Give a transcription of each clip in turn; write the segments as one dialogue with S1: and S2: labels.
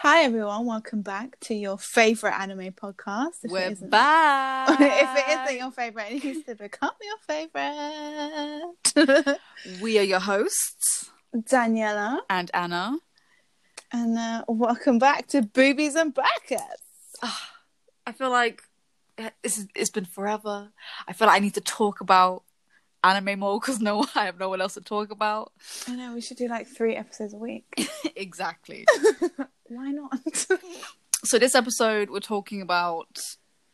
S1: Hi everyone, welcome back to your favorite anime podcast. If
S2: We're
S1: it isn't-
S2: back.
S1: if it isn't your favorite, it needs to become your favorite.
S2: we are your hosts
S1: Daniela,
S2: and Anna.
S1: and uh, welcome back to Boobies and Brackets.
S2: I feel like eh, this is, it's been forever. I feel like I need to talk about anime more because no, I have no one else to talk about.
S1: I know we should do like three episodes a week.
S2: exactly.
S1: Why not?
S2: so this episode, we're talking about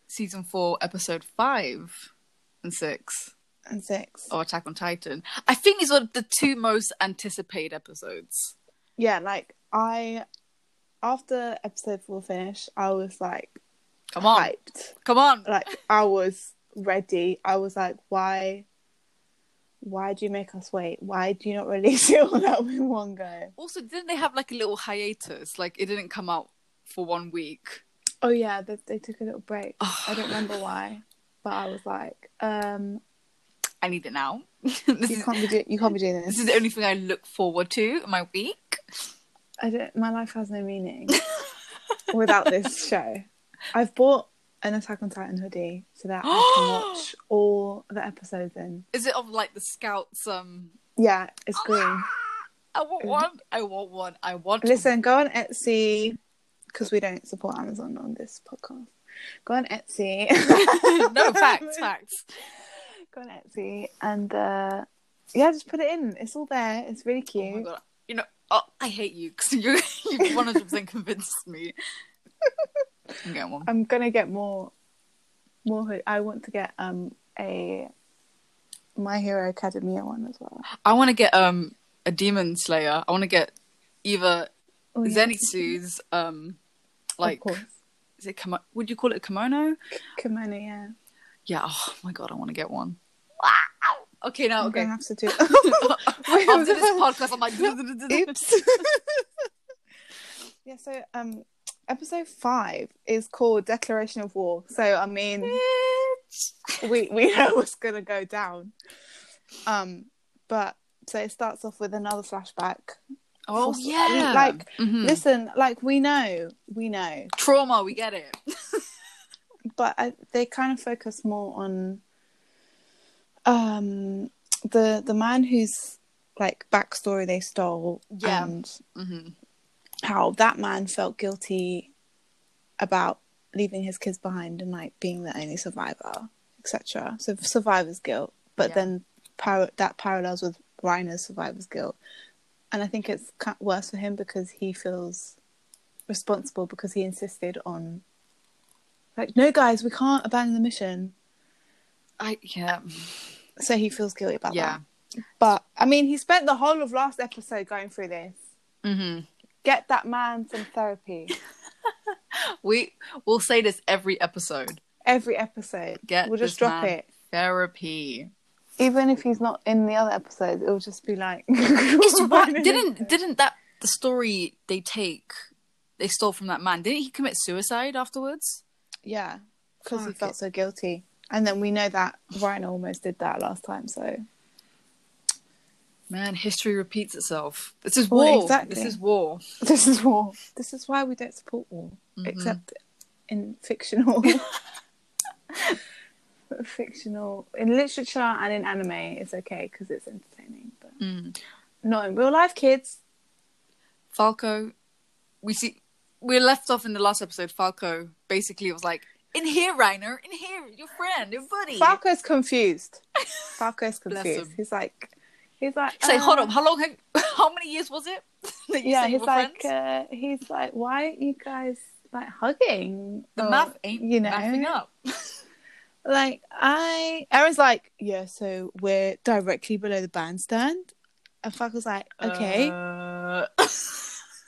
S2: season four, episode five and six
S1: and six.
S2: of Attack on Titan. I think these are the two most anticipated episodes.
S1: Yeah, like I, after episode four finished, I was like
S2: Come on,
S1: hyped.
S2: come on.
S1: like I was ready. I was like, why? Why do you make us wait? Why do you not release it all out in one go?
S2: Also, didn't they have like a little hiatus? Like it didn't come out for one week.
S1: Oh yeah, they, they took a little break.
S2: Oh.
S1: I don't remember why, but I was like, um,
S2: I need it now. this,
S1: you
S2: is,
S1: can't be do- you can't be doing
S2: this
S1: this.
S2: is the only thing I look forward to in my week.
S1: I don't. My life has no meaning without this show. I've bought an Attack on Titan hoodie so that I can watch all the episodes in.
S2: Is it of like the scouts? Um,
S1: Yeah, it's green.
S2: I want one. I want one. I want.
S1: Mm. Listen, go on Etsy because we don't support Amazon on this podcast. Go on Etsy.
S2: no facts. Facts.
S1: Go on Etsy and uh, yeah, just put it in. It's all there. It's really
S2: Oh my
S1: cute.
S2: god. You know. Oh, I hate you because you you one hundred percent convinced me. I'm getting one.
S1: I'm gonna get more, more. hood- I want to get um a My Hero Academia one as well.
S2: I want to get um a demon slayer. I want to get either
S1: Oh, yeah.
S2: Zenitsu's um
S1: Of
S2: like
S1: course.
S2: is it kimo- would you call it kimono?
S1: kimono. Yeah,
S2: Yeah. Oh my god, I want to get one. Okay, now
S1: I'm
S2: Oh, okay.
S1: gonna have to do.
S2: After this podcast, I'm like,
S1: Oops. yeah, so um episode five is called Declaration of War. So I mean we we know what's gonna go down. Um but so it starts off with another flashback.
S2: Oh
S1: For-
S2: yeah,
S1: like,
S2: Mhm.
S1: Listen, like we know, we know.
S2: trauma. We get it.
S1: But I, they kind of focus more on um the the man whose like backstory they stole
S2: Yeah.
S1: and
S2: hmm
S1: how that man felt guilty about leaving his kids behind and like being the only survivor, etc. So survivor's guilt, but
S2: Yeah.
S1: then par- that parallels with Reiner's survivor's guilt, and I think it's ki- worse for him because he feels responsible because he insisted on like no guys we can't abandon the mission
S2: I yeah
S1: so he feels guilty about
S2: yeah.
S1: that but i mean he spent the whole of last episode going through this
S2: hmm
S1: get that man some therapy
S2: We will say this every episode.
S1: every episode.
S2: Get
S1: we'll just
S2: this
S1: drop
S2: man.
S1: it.
S2: Therapy.
S1: Even if he's not in the other episodes, it'll just be like
S2: It's what didn't didn't that the story they take they stole from that man? Didn't he commit suicide afterwards?
S1: Yeah. Because he
S2: Fuck
S1: felt
S2: it.
S1: so guilty. And then we know that Ryan almost did that last time, so
S2: Man, history repeats itself. This is war.
S1: Well, exactly.
S2: This is war.
S1: this is war. This is why we don't support war.
S2: Mm-hmm.
S1: Except in fictional fictional in literature and in anime it's okay because it's entertaining but
S2: Mm.
S1: not in real life kids
S2: Falco, we see we're left off in the last episode. Falco basically was like, "In here, Reiner. In here, your friend, your buddy."
S1: falco's confused falco's
S2: Bless
S1: confused
S2: him.
S1: he's like he's like
S2: He's like,
S1: "Uh,
S2: "Hold up, how long? Have, how many years was it?" that you
S1: yeah,
S2: said you
S1: he's
S2: were
S1: like,
S2: friends?
S1: uh, he's like, why aren't you guys like hugging?
S2: "The
S1: Or,
S2: math ain't
S1: uh, you know,
S2: mathing up."
S1: like I, Aaron's like, yeah, so we're directly below the bandstand, and Falco's like, okay, uh,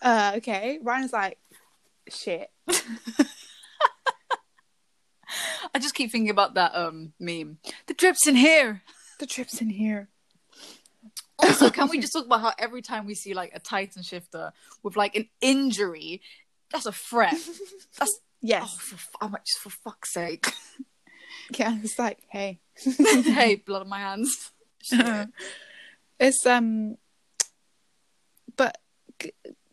S2: Uh,
S1: okay. Ryan's like, shit.
S2: I just keep thinking about that um meme. The drip's in here.
S1: The trip's in here.
S2: Also, can we just talk about how every time we see like a Titan shifter with like an injury, that's a threat. That's oh,
S1: Yes,
S2: for, fu- I'm like, just for fuck's sake.
S1: yeah. It's like, hey,
S2: hey, blood on my hands.
S1: it's um, but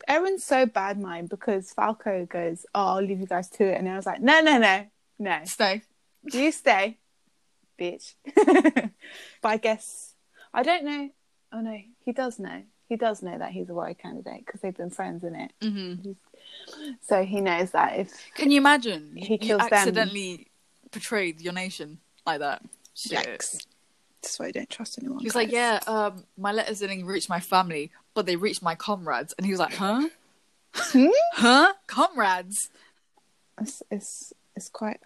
S1: Erin's so bad mind because Falco goes, "Oh, I'll leave you guys to it," and I was like, "No, no, no, no,
S2: Stay.
S1: you stay, bitch." but I guess I don't know. Oh no, he does know. He does know that he's a worry candidate because they've been friends in it,
S2: hmm
S1: so he knows that if
S2: Can you imagine?
S1: He
S2: You
S1: kills them.
S2: accidentally portrayed your nation like that. Shit.
S1: Yikes. That's why I don't trust anyone.
S2: He was like,
S1: guys.
S2: yeah, um, my letters didn't reach my family, but they reached my comrades. And he was like, huh?
S1: Hmm?
S2: Huh? Comrades?
S1: It's, it's, it's quite.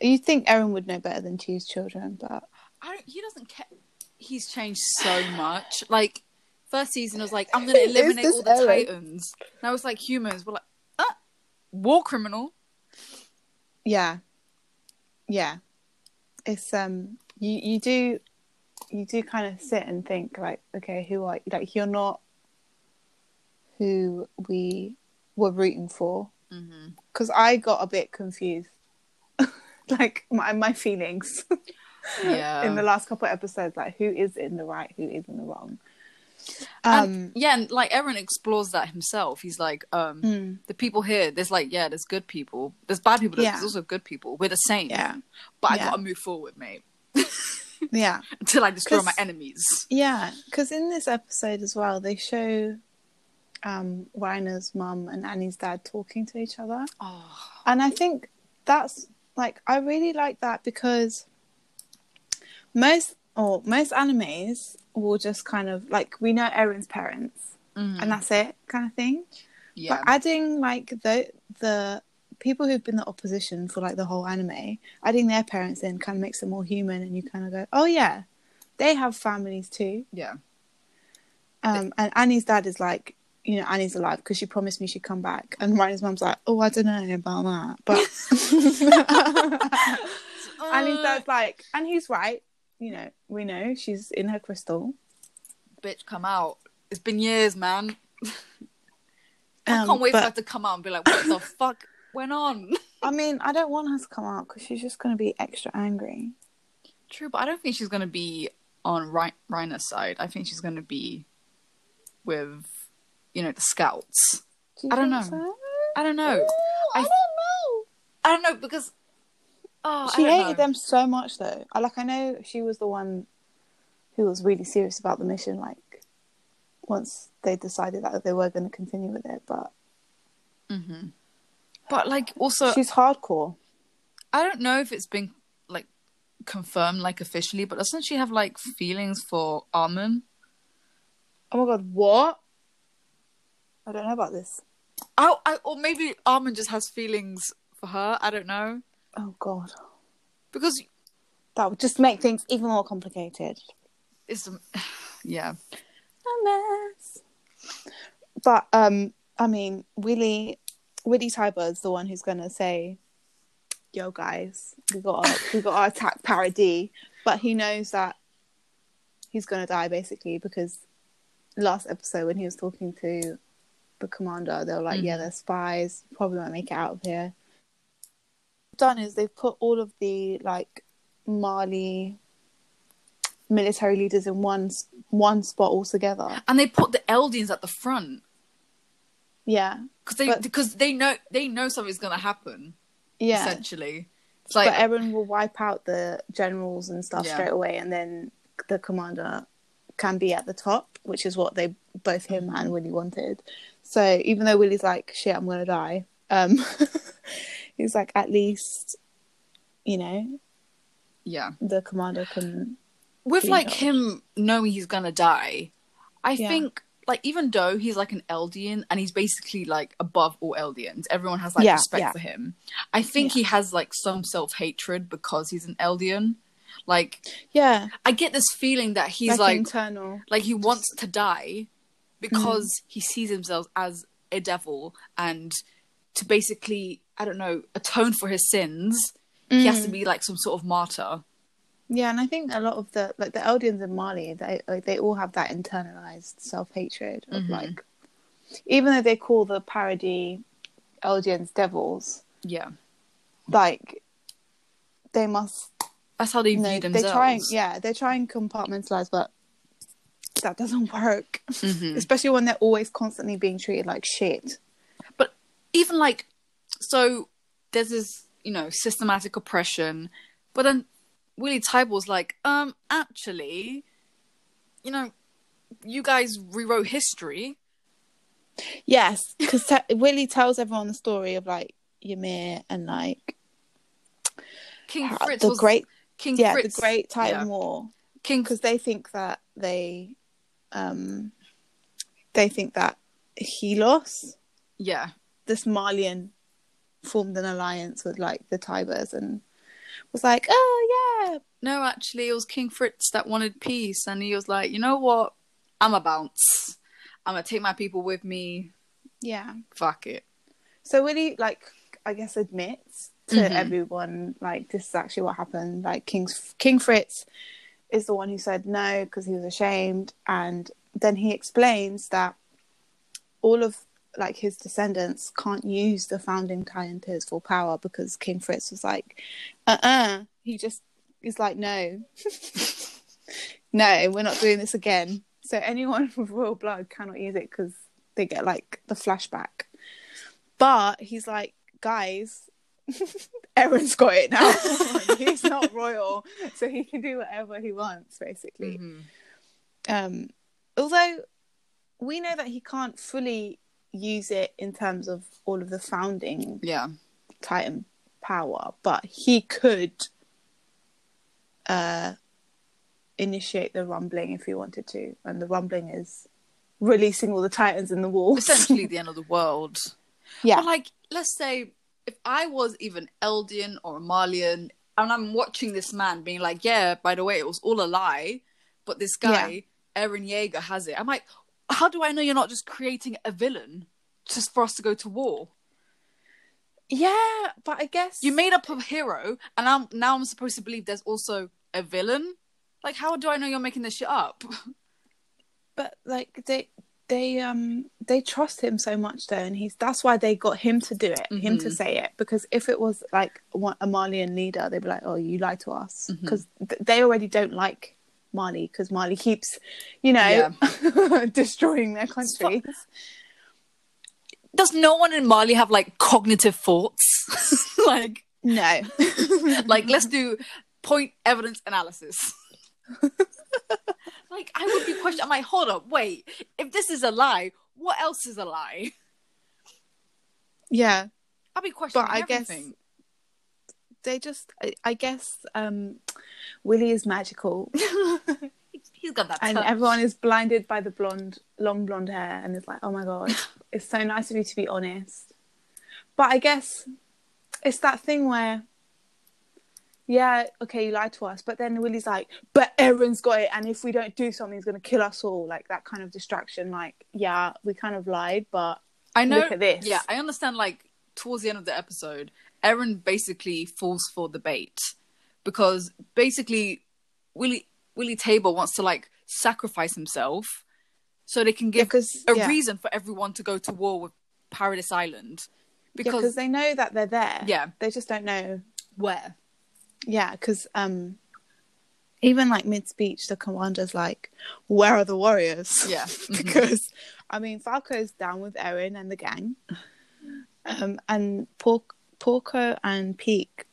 S1: You'd think Erin would know better than to use children, but
S2: I don't, he doesn't care. He's changed so much. Like, first season was like, I'm going to
S1: Is
S2: eliminate
S1: this
S2: all the
S1: Ellen?
S2: titans. Now it's like humans. We're like, uh, war criminal.
S1: yeah, yeah, it's um, you you do, you do kind of sit and think like, okay, who are like you're not who we were rooting for
S2: Mm-hmm.
S1: because I got a bit confused, like my my feelings
S2: Yeah.
S1: in the last couple of episodes, like who is in the right, who is in the wrong.
S2: and,
S1: Um,
S2: yeah, and like Aaron explores that himself. He's like, um,
S1: mm,
S2: the people here, there's like, yeah, there's good people, there's bad people, but
S1: Yeah.
S2: there's also good people. We're the same.
S1: yeah,
S2: But I
S1: Yeah.
S2: gotta move forward, mate,
S1: hmm, yeah.
S2: until I destroy
S1: 'Cause-
S2: my enemies.
S1: Yeah, because in this episode as well, they show um, Reiner's mum and Annie's dad talking to each other.
S2: Oh,
S1: And I think that's like, I really like that because most or most animes will just kind of like, we know Erin's parents and that's it kind of thing.
S2: Mm, yeah,
S1: But adding like the, the people who've been the opposition for like the whole anime, adding their parents in kind of makes it more human and you kind of go, oh yeah, they have families too.
S2: yeah,
S1: Um, and Annie's dad is like, you know, Annie's alive because she promised me she'd come back. And Ryan's mum's like, oh, I don't know about that. But Annie's dad's like, and he's right. You know, we know she's in her crystal.
S2: Uh, bitch, come out. It's been years, man. I
S1: Um,
S2: can't wait
S1: but,
S2: for her to come out and be like, what the fuck went on?
S1: I mean, I don't want her to come out because she's just going to be extra angry.
S2: True, but I don't think she's gonna be on Ry- Rhino's side. I think she's gonna be with, you know, the scouts.
S1: Do you
S2: I don't
S1: think
S2: know.
S1: so?
S2: I don't know.
S1: I,
S2: I-
S1: don't know.
S2: I don't know because. Oh, I
S1: She
S2: don't
S1: hated
S2: know.
S1: them so much, though. I, like, I know she was the one who was really serious about the mission. Like, once they decided that they were going to continue with it, but
S2: hmm But like, also,
S1: she's hardcore.
S2: I don't know if it's been like confirmed, like officially, but doesn't she have like feelings for Armin?
S1: Oh my god, what? I don't know about this.
S2: Oh, I, or maybe Armin just has feelings for her. I don't know
S1: Oh god,
S2: because
S1: that would just make things even more complicated.
S2: it's um, yeah.
S1: A mess. But um, I mean, Willie, Willie Tyber's the one who's gonna say, "Yo, guys, we got our, we got our attack parody," but he knows that he's gonna die basically because last episode when he was talking to the commander, they were like, "Yeah,
S2: Mhm.
S1: they're spies. Probably won't make it out of here." Done is they've put all of the like Mali military leaders in one s- one spot all together.
S2: And they put the Eldians at the front
S1: Yeah,
S2: because they
S1: But-
S2: because they know they know something's gonna happen.
S1: yeah.
S2: Essentially, it's like
S1: but Erin will wipe out the generals and stuff
S2: Yeah.
S1: straight away, and then the commander can be at the top, which is what they both him
S2: Mm-hmm.
S1: and Willie wanted. So even though Willie's like, "Shit, I'm gonna die," um, he's like, "At least, you know,
S2: yeah.
S1: the commander can."
S2: with
S1: being
S2: like
S1: held.
S2: him knowing he's gonna die, I
S1: Yeah.
S2: think like even though he's like an Eldian and he's basically like above all Eldians, everyone has like
S1: Yeah,
S2: respect
S1: yeah.
S2: for him. I think
S1: Yeah.
S2: he has like some self hatred because he's an Eldian. Like
S1: Yeah,
S2: I get this feeling that he's like like,
S1: internal.
S2: he wants to die because
S1: Mm-hmm.
S2: he sees himself as a devil and to basically I don't know atone for his sins. He has to
S1: Mm.
S2: be like some sort of martyr.
S1: Yeah, and I think a lot of the like the Eldians in Mali, they like, they all have that internalized self hatred of
S2: Mhm.
S1: like, even though they call the parody Eldians devils,
S2: Yeah,
S1: like they must
S2: that's how they
S1: you
S2: view
S1: know, they
S2: themselves.
S1: try and yeah they try and compartmentalize, but that doesn't work,
S2: Mhm.
S1: especially when they're always constantly being treated like shit.
S2: but even like so there's this you know systematic oppression but then willie tybalt's like um actually you know you guys rewrote history
S1: Yes, because Willie tells everyone the story of like Ymir and like
S2: king
S1: how-
S2: fritz
S1: the
S2: was
S1: great,
S2: king
S1: yeah,
S2: fritz
S1: the Great Titan
S2: yeah.
S1: War.
S2: king
S1: because they think that they um they think that Helos,
S2: yeah
S1: this Malian, formed an alliance with like the Tibers and was like, Oh yeah,
S2: no actually it was king fritz that wanted peace and he was like you know what i'm a bounce i'm gonna take my people with me
S1: yeah.
S2: fuck it
S1: So Willie like I guess admits to
S2: Mhm.
S1: everyone like this is actually what happened. Like King King Fritz is the one who said no because he was ashamed, and then he explains that all of like his descendants can't use the founding calendars for power because King Fritz was like, uh uh He just is like, no, no, we're not doing this again. So anyone with royal blood cannot use it because they get like the flashback. But he's like, guys, Aaron's got it now. he's not royal, so he can do whatever he wants, basically.
S2: Mm-hmm.
S1: Um, although we know that he can't fully use it in terms of all of the founding
S2: yeah
S1: Titan power, but he could uh, initiate the rumbling if he wanted to, and the rumbling is releasing all the Titans in the wall.
S2: essentially the end of the world
S1: yeah,
S2: But like, let's say if I was even Eldian or Malian, and I'm watching this man being like, "Yeah, by the way, it was all a lie," but this guy Eren Yeager has it. I'm like, how do I know you're not just creating a villain just for us to go to war?
S1: yeah, but I guess
S2: You made up a hero, and I'm now I'm supposed to believe there's also a villain. Like, how do I know you're making this shit up?
S1: but like they they um they trust him so much though and he's that's why they got him to do it him to say it because if it was like one- a malian leader they'd be like oh you lie to us because th- they already don't like mali because mali keeps you know destroying their country
S2: Does no one in Mali have like cognitive thoughts? like,
S1: no
S2: like let's do point evidence analysis like i would be questioning i'm like hold up wait if this is a lie what else is a lie
S1: yeah
S2: i'll be questioning
S1: I guess-
S2: everything
S1: they just i, I guess um willie is magical
S2: he's got that
S1: and
S2: touch.
S1: everyone is blinded by the blonde, long blonde hair, and it's like, oh my god, it's so nice of you to be honest. But I guess it's that thing where, yeah, okay, you lied to us, but then Willie's like, but Aaron's got it, and if we don't do something, he's gonna kill us all. Like that kind of distraction. Like, yeah, we kind of lied, but
S2: i know
S1: look at this.
S2: yeah i understand like towards the end of the episode Erin basically falls for the bait because basically willie willie tabor wants to like sacrifice himself so they can give
S1: because
S2: a
S1: yeah.
S2: reason for everyone to go to war with paradise island
S1: because
S2: because
S1: they know that they're there.
S2: Yeah.
S1: they just don't know
S2: where
S1: Yeah, because um, even like mid speech, the commander's like, "Where are the warriors?"
S2: Yeah, mhm.
S1: because I mean, Falco's down with Erin and the gang, um, and Por- Porco and Peak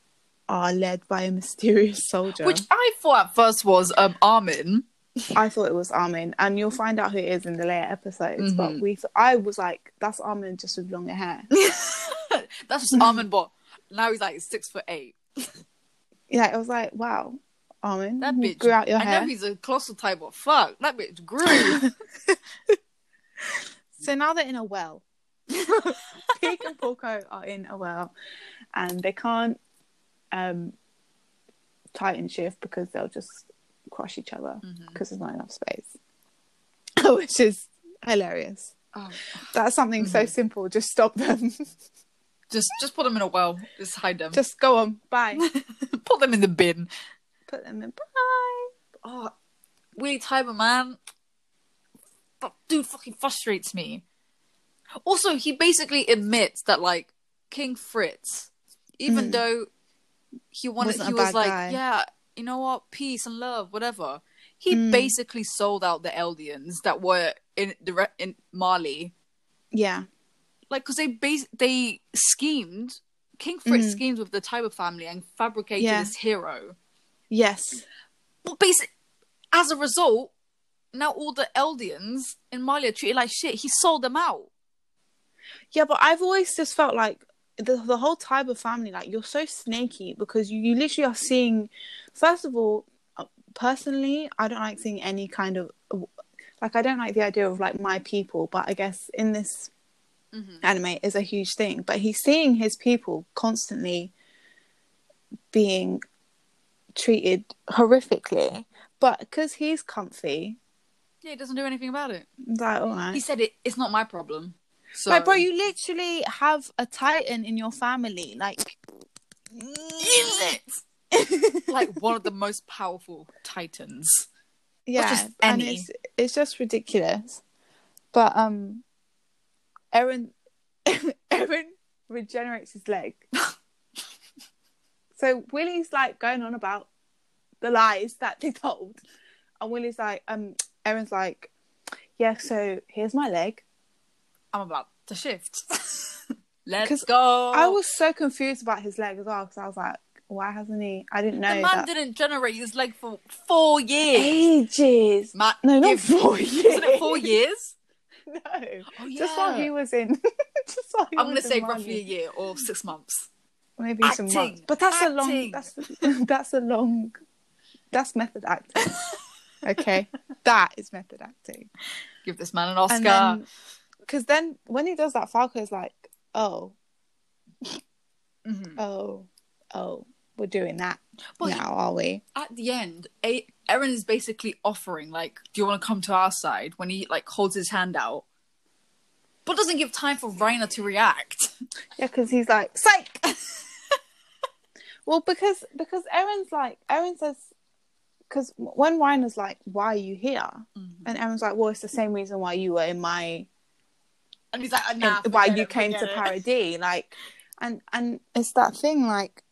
S1: are led by a mysterious soldier.
S2: Which I thought at first was um, Armin.
S1: I thought it was Armin, and you'll find out who it is in the later episodes. But
S2: Mhm.
S1: we, th- I was like, "That's Armin just with longer hair."
S2: That's just Armin, but now he's like six foot eight.
S1: yeah, I was like, "Wow, Armin,
S2: That
S1: you
S2: bitch
S1: Mm-hmm. grew out your
S2: I
S1: hair."
S2: know he's a colossal type, but fuck, that bitch grew.
S1: So now they're in a well. Pig and Porco are in a well, and they can't um, tighten shift because they'll just crush each other because there's not enough space, which is hilarious.
S2: Oh,
S1: That's something so simple. Just stop them.
S2: just just put them in a well. Just hide them.
S1: just go on. Bye.
S2: put them in the bin.
S1: Put them in. Bye.
S2: Oh, Willie Tiber, man. That dude fucking frustrates me. Also, he basically admits that like King Fritz, even
S1: Mm.
S2: though he wanted,
S1: Wasn't a
S2: he was
S1: bad
S2: like,
S1: guy.
S2: yeah, you know what, peace and love, whatever. He
S1: Mm.
S2: basically sold out the Eldians that were in the re- in Mali,
S1: Yeah.
S2: like because they bas- they schemed. King Fritz
S1: Mm.
S2: schemed with the Tiber family and fabricated
S1: Yeah.
S2: his hero.
S1: Yes.
S2: But basically, as a result, now all the Eldians in Mali are treated like shit. He sold them out.
S1: Yeah, but I've always just felt like the the whole Tiber family, like you're so snaky because you, you literally are seeing. First of all, uh, personally, I don't like seeing any kind of like I don't like the idea of like my people, but I guess in this
S2: Mm-hmm.
S1: anime is a huge thing. But he's seeing his people constantly being treated horrifically, but because he's comfy,
S2: Yeah, he doesn't do anything about it.
S1: like all right.
S2: He said it, it's not my problem. So,
S1: Like, bro, you literally have a titan in your family. Like,
S2: use it. like one of the most powerful titans.
S1: yeah,
S2: just
S1: and
S2: any.
S1: it's it's just ridiculous. But um, Aaron, Aaron regenerates his leg. so Willie's like going on about the lies that they told, and Willie's like, um, Aaron's like, yeah, so here's my leg.
S2: I'm about to shift. Let's
S1: 'Cause
S2: go.
S1: I was so confused about his leg as well because I was like, why hasn't he? I didn't know
S2: the man
S1: that.
S2: didn't generate his leg for four years.
S1: ages.
S2: Matt,
S1: No, not
S2: give-
S1: four
S2: Wasn't it four
S1: years.
S2: years?
S1: No.
S2: Oh
S1: Just while
S2: yeah.
S1: he was in. just while he
S2: I'm gonna
S1: was in
S2: say
S1: Mali.
S2: roughly a year or six months.
S1: maybe some months.
S2: Acting.
S1: But that's a
S2: Acting.
S1: long. That's that's a long. That's method acting. okay, that is method acting.
S2: Give this man an Oscar.
S1: And then, because then when he does that, Falco's like, "Oh,
S2: Mhm.
S1: oh, oh, we're doing that
S2: Well, he-
S1: now, are we?"
S2: At the end, a- Aaron is basically offering, like, "Do you want to come to our side?" When he like holds his hand out, but doesn't give time for Rainer to react.
S1: Yeah, because he's like, "Psych." well, because because Aaron's like, Aaron says, because when Reiner's like, "Why are you here?" And Aaron's like, well, it's the same reason why you were in my,
S2: And he's like, "Ah, nah,
S1: in, why
S2: forget
S1: you
S2: it,
S1: came
S2: forget
S1: to
S2: it."
S1: Paradis. Like, and, and it's that thing like,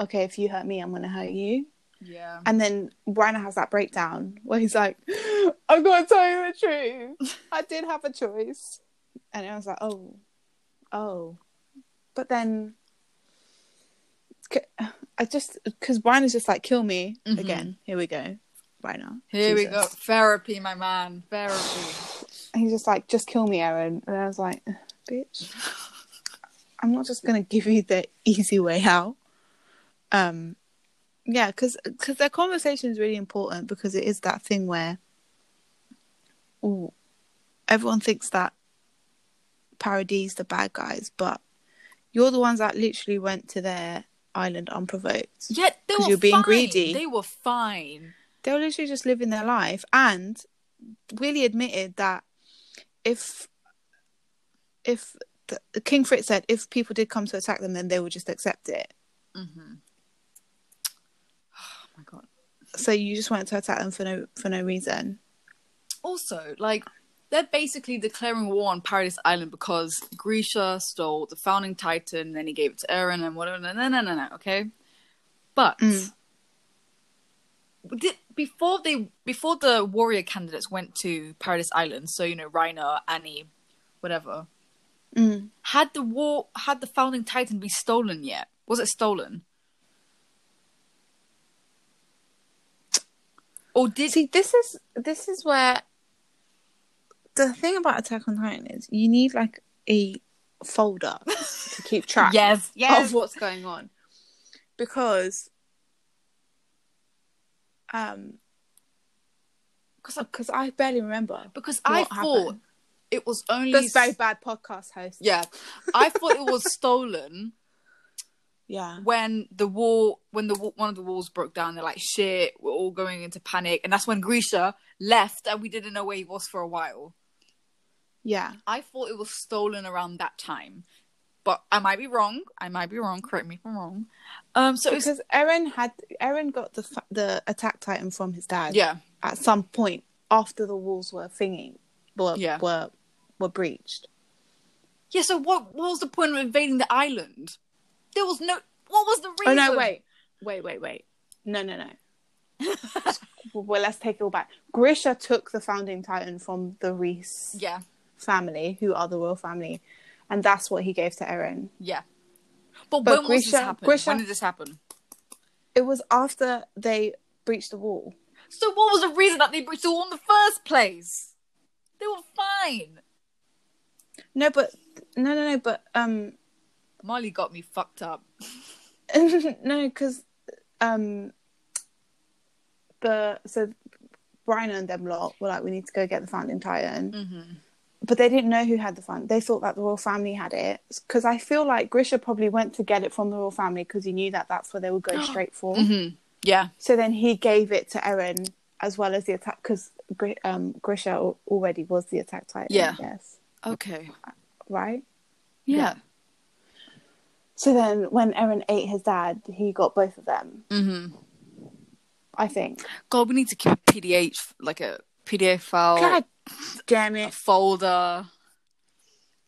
S1: okay, if you hurt me, I'm going to hurt you.
S2: Yeah.
S1: And then Reiner has that breakdown where he's like, I'm going to tell you the truth. I did have a choice. And Aaron's like, oh, oh. But then, c- I just, because Reiner's just like, kill me
S2: Mhm.
S1: again. Here we go, Reiner.
S2: Here we
S1: Jesus.
S2: go. Therapy, my man. Therapy.
S1: And he's just like, just kill me, Aaron. And I was like, bitch, I'm not just gonna give you the easy way out. Um, yeah, because because their conversation is really important because it is that thing where, ooh, everyone thinks that Paradis the bad guys, but you're the ones that literally went to their island unprovoked.
S2: Yeah, they
S1: 'Cause
S2: were
S1: you're being
S2: fine.
S1: greedy.
S2: They were fine.
S1: they were literally just living their life. And Willie admitted that if if the, King Fritz said if people did come to attack them, then they would just accept it.
S2: Mm-hmm. Oh my god.
S1: So you just went to attack them for no for no reason.
S2: Also, like, they're basically declaring war on Paradise Island because Grisha stole the founding titan, then he gave it to Aaron and whatever. No, no, no, no, no. Okay, but.
S1: Mm.
S2: Did, before they before the warrior candidates went to Paradise Island, so you know Reiner, Annie, whatever.
S1: Mm.
S2: had the war had the founding titan be stolen yet was it stolen or did
S1: See, this is this is where the thing about Attack on Titan is you need like a folder to keep track
S2: yes
S1: of what's going on because um because because I barely remember
S2: because i
S1: what
S2: thought
S1: happened.
S2: it was only
S1: That's very bad podcast host.
S2: yeah i thought it was stolen
S1: Yeah.
S2: when the wall when the wa- one of the walls broke down they're like shit we're all going into panic and that's when grisha left and we didn't know where he was for a while
S1: Yeah.
S2: i thought it was stolen around that time but i might be wrong i might be wrong correct me if i'm wrong um so it's
S1: Because Eren had Eren got the fa- the attack titan from his dad.
S2: yeah
S1: At some point after the walls were thingy, were
S2: Yeah.
S1: were were breached.
S2: Yeah, so what, what was the point of invading the island? There was no. What was the reason?
S1: Oh no! Wait, wait, wait, wait. No, no, no. well, let's take it all back. Grisha took the founding titan from the Reese
S2: Yeah,
S1: family, who are the royal family, and that's what he gave to Eren.
S2: yeah.
S1: But
S2: But, when was this
S1: Grisha-
S2: happen?
S1: Grisha-
S2: When did this happen?
S1: It was after they breached the wall.
S2: So what was the reason that they breached the wall in the first place? They were fine.
S1: No, but no, no, no, but um,
S2: Molly got me fucked up.
S1: no, because um, the so Brian and them lot were like, we need to go get the founding titan,
S2: Mm-hmm.
S1: but they didn't know who had the found. They thought that the royal family had it because I feel like Grisha probably went to get it from the royal family because he knew that that's where they would go straight for.
S2: Mm-hmm. Yeah.
S1: So then he gave it to Eren as well as the attack because um, Grisha al- already was the attack titan.
S2: Yeah.
S1: Yes.
S2: Okay.
S1: Right.
S2: Yeah.
S1: So then when Eren ate his dad, he got both of them.
S2: Mm-hmm.
S1: I think.
S2: God, we need to keep a PDF f- like a PDF file,
S1: God damn
S2: a
S1: it.
S2: folder.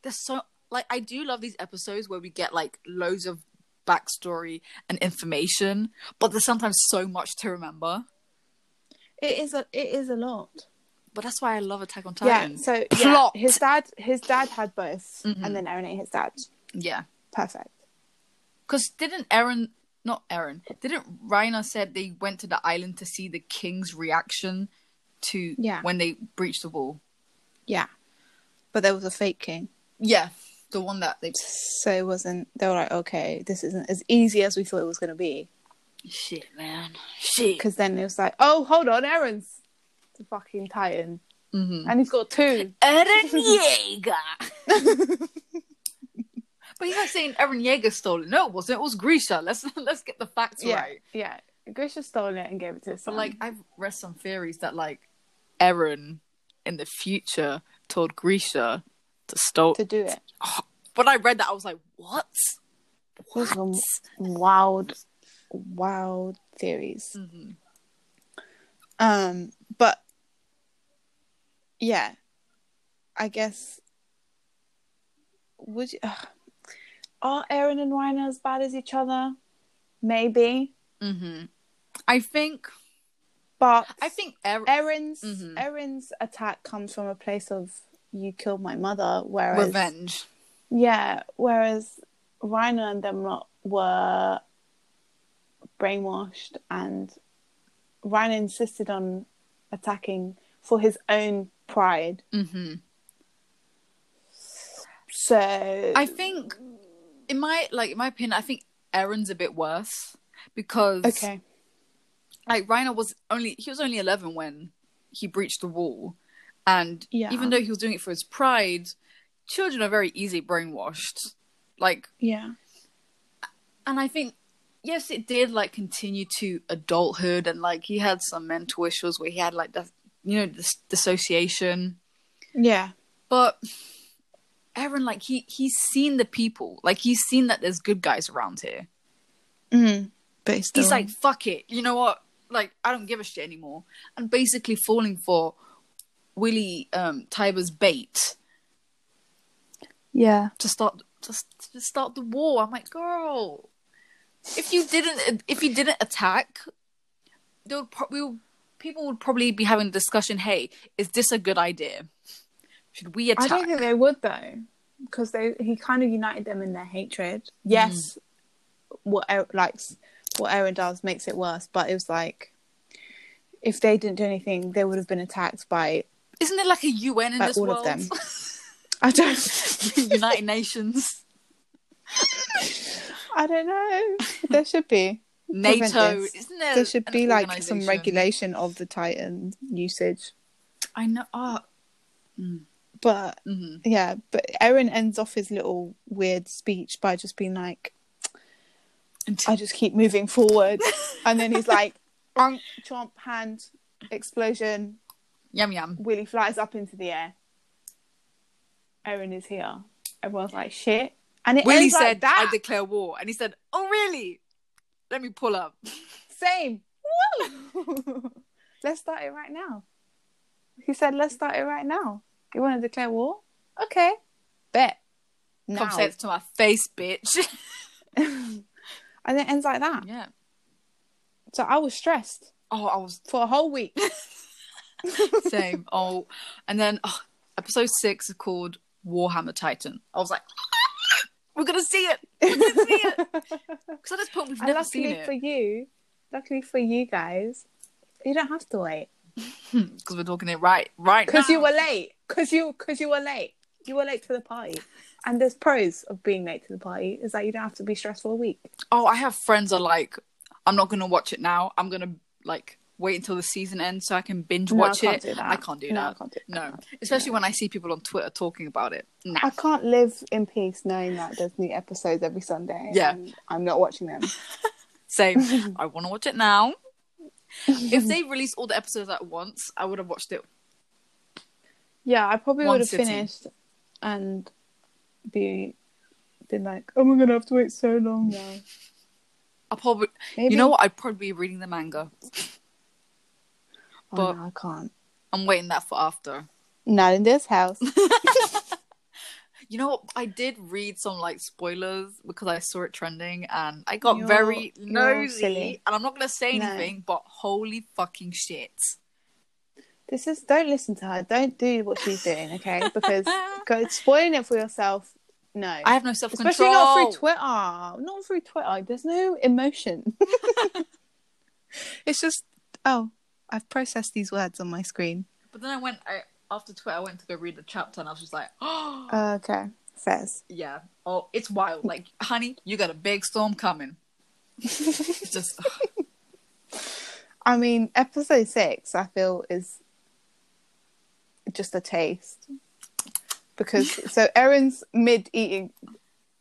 S2: There's so like I do love these episodes where we get like loads of backstory and information, but there's sometimes so much to remember.
S1: It is a it is a lot.
S2: But that's why I love Attack on
S1: Yeah.
S2: Titan.
S1: So yeah,
S2: Plot.
S1: his dad his dad had both,
S2: Mhm.
S1: and then Eren ate his dad.
S2: yeah.
S1: Perfect.
S2: Because didn't Aaron, not Aaron, didn't Rainer said they went to the island to see the king's reaction to
S1: Yeah.
S2: when they breached the wall?
S1: Yeah. But there was a fake king,
S2: Yeah, the one that they
S1: so it wasn't. They were like, okay, this isn't as easy as we thought it was going to be.
S2: shit, man, shit.
S1: Because then it was like, oh, hold on, Eren's the fucking titan,
S2: Mm-hmm.
S1: and he's got two.
S2: Aaron Yeager. but he's not saying Aaron Yeager stole it. No, it wasn't. It was Grisha. Let's let's get the facts
S1: yeah,
S2: right.
S1: yeah. Grisha stole it and gave it to his
S2: But
S1: son.
S2: like I've read some theories that like Aaron in the future told Grisha to stole
S1: to do it
S2: when I read that, I was like, "What?"
S1: was some wild, wild theories.
S2: Mhm. Mm.
S1: Um, but yeah, I guess would you, ugh. are Aaron and Ryan as bad as each other? Maybe, Mm-hmm.
S2: Mhm. I think.
S1: but
S2: I think. Ev-
S1: Aaron's
S2: Mhm.
S1: Aaron's attack comes from a place of you killed my mother, whereas
S2: revenge.
S1: yeah, whereas Ryan and them lot were brainwashed, and Ryan insisted on attacking for his own pride
S2: hmm
S1: So
S2: I think, in my like, in my opinion, I think Aaron's a bit worse because
S1: okay,
S2: like Reiner was only he was only eleven when he breached the wall, and
S1: Yeah.
S2: even though he was doing it for his pride, children are very easily brainwashed. Like
S1: yeah,
S2: and I think yes, it did like continue to adulthood, and like he had some mental issues where he had like that you know this dissociation.
S1: yeah,
S2: But Aaron, like he he's seen the people, like he's seen that there's good guys around here.
S1: mm. but he's,
S2: He's like, fuck it, you know what? Like I don't give a shit anymore, and basically falling for Willie um, Tiber's bait
S1: yeah,
S2: to start just to start the war. I'm like, girl, if you didn't if you didn't attack, there would probably people would probably be having a discussion. Hey, is this a good idea? Should we
S1: I
S2: attack?
S1: don't think they would though, because they he kind of united them in their hatred. Yes,
S2: Mm-hmm.
S1: what Er- like s- what Aaron does makes it worse, but it was like if they didn't do anything, they would have been attacked by
S2: Isn't there like a UN in
S1: By
S2: this
S1: all of
S2: world?
S1: them. I don't
S2: United Nations,
S1: I don't know. There should be Prevent
S2: NATO.
S1: this.
S2: Isn't there?
S1: there should
S2: an
S1: be like some
S2: organization?
S1: regulation of the Titan usage,
S2: I know. Oh,
S1: but
S2: hmm
S1: Yeah, but Aaron ends off his little weird speech by just being like, I just keep moving forward. and then he's like, "Unk, chomp, hand, explosion.
S2: Yum yum.
S1: Willie flies up into the air. Aaron is here. Everyone's like, shit. And it
S2: Willie
S1: ends
S2: said,
S1: like that.
S2: "I declare war," and he said, "Oh really? Let me pull up."
S1: Same. Woo! let's start it right now. He said, let's start it right now. You want to declare war? Okay. Bet.
S2: Come
S1: Now.
S2: say it to my face, bitch.
S1: and it ends like that.
S2: yeah.
S1: So I was stressed.
S2: Oh, I was
S1: for a whole week.
S2: same. Oh, and then oh, episode six is called Warhammer Titan. I was like, we're gonna see it. We're gonna see it. Because at this point we've
S1: and
S2: never seen
S1: luckily for
S2: it
S1: you, luckily for you guys, you don't have to wait
S2: because we're talking it right right now.
S1: because you were late. Because you because you were late. You were late to the party. And there's pros of being late to the party is that you don't have to be stressed for a week.
S2: oh, I have friends are like, I'm not gonna watch it now. I'm gonna like wait until the season ends so I can binge
S1: No, I
S2: watch
S1: can't
S2: it.
S1: do that.
S2: I can't do
S1: No, I
S2: that.
S1: can't do that.
S2: No, especially when I see people on Twitter talking about it. Nah.
S1: I can't live in peace knowing that there's new episodes every Sunday.
S2: Yeah.
S1: and I'm not watching them.
S2: Same. I want to watch it now. if they released all the episodes at once, I would have watched it.
S1: Yeah, I probably
S2: One
S1: would have
S2: sitting.
S1: finished and be been like, oh, I'm gonna have to wait so long now.
S2: I probably,
S1: Maybe.
S2: you know what? I'd probably be reading the manga.
S1: Oh,
S2: but-
S1: no, I can't.
S2: I'm waiting that for after.
S1: Not in this house.
S2: You know what? I did read some like spoilers because I saw it trending, and I got
S1: You're-
S2: very
S1: you're
S2: nosy.
S1: silly.
S2: And I'm not gonna say
S1: No.
S2: anything, but holy fucking shit!
S1: This is don't listen to her. Don't do what she's doing, okay? Because go spoiling it for yourself. No,
S2: I have no self control.
S1: especially not through Twitter. Not through Twitter. There's no emotion. it's just oh, I've processed these words on my screen.
S2: But then I went I, after Twitter. I went to go read the chapter, and I was just like, oh,
S1: Okay, says.
S2: yeah, oh, it's wild. Like, honey, you got a big storm coming. It's just
S1: I mean, episode six, I feel, is just a taste because so Erin's mid eating.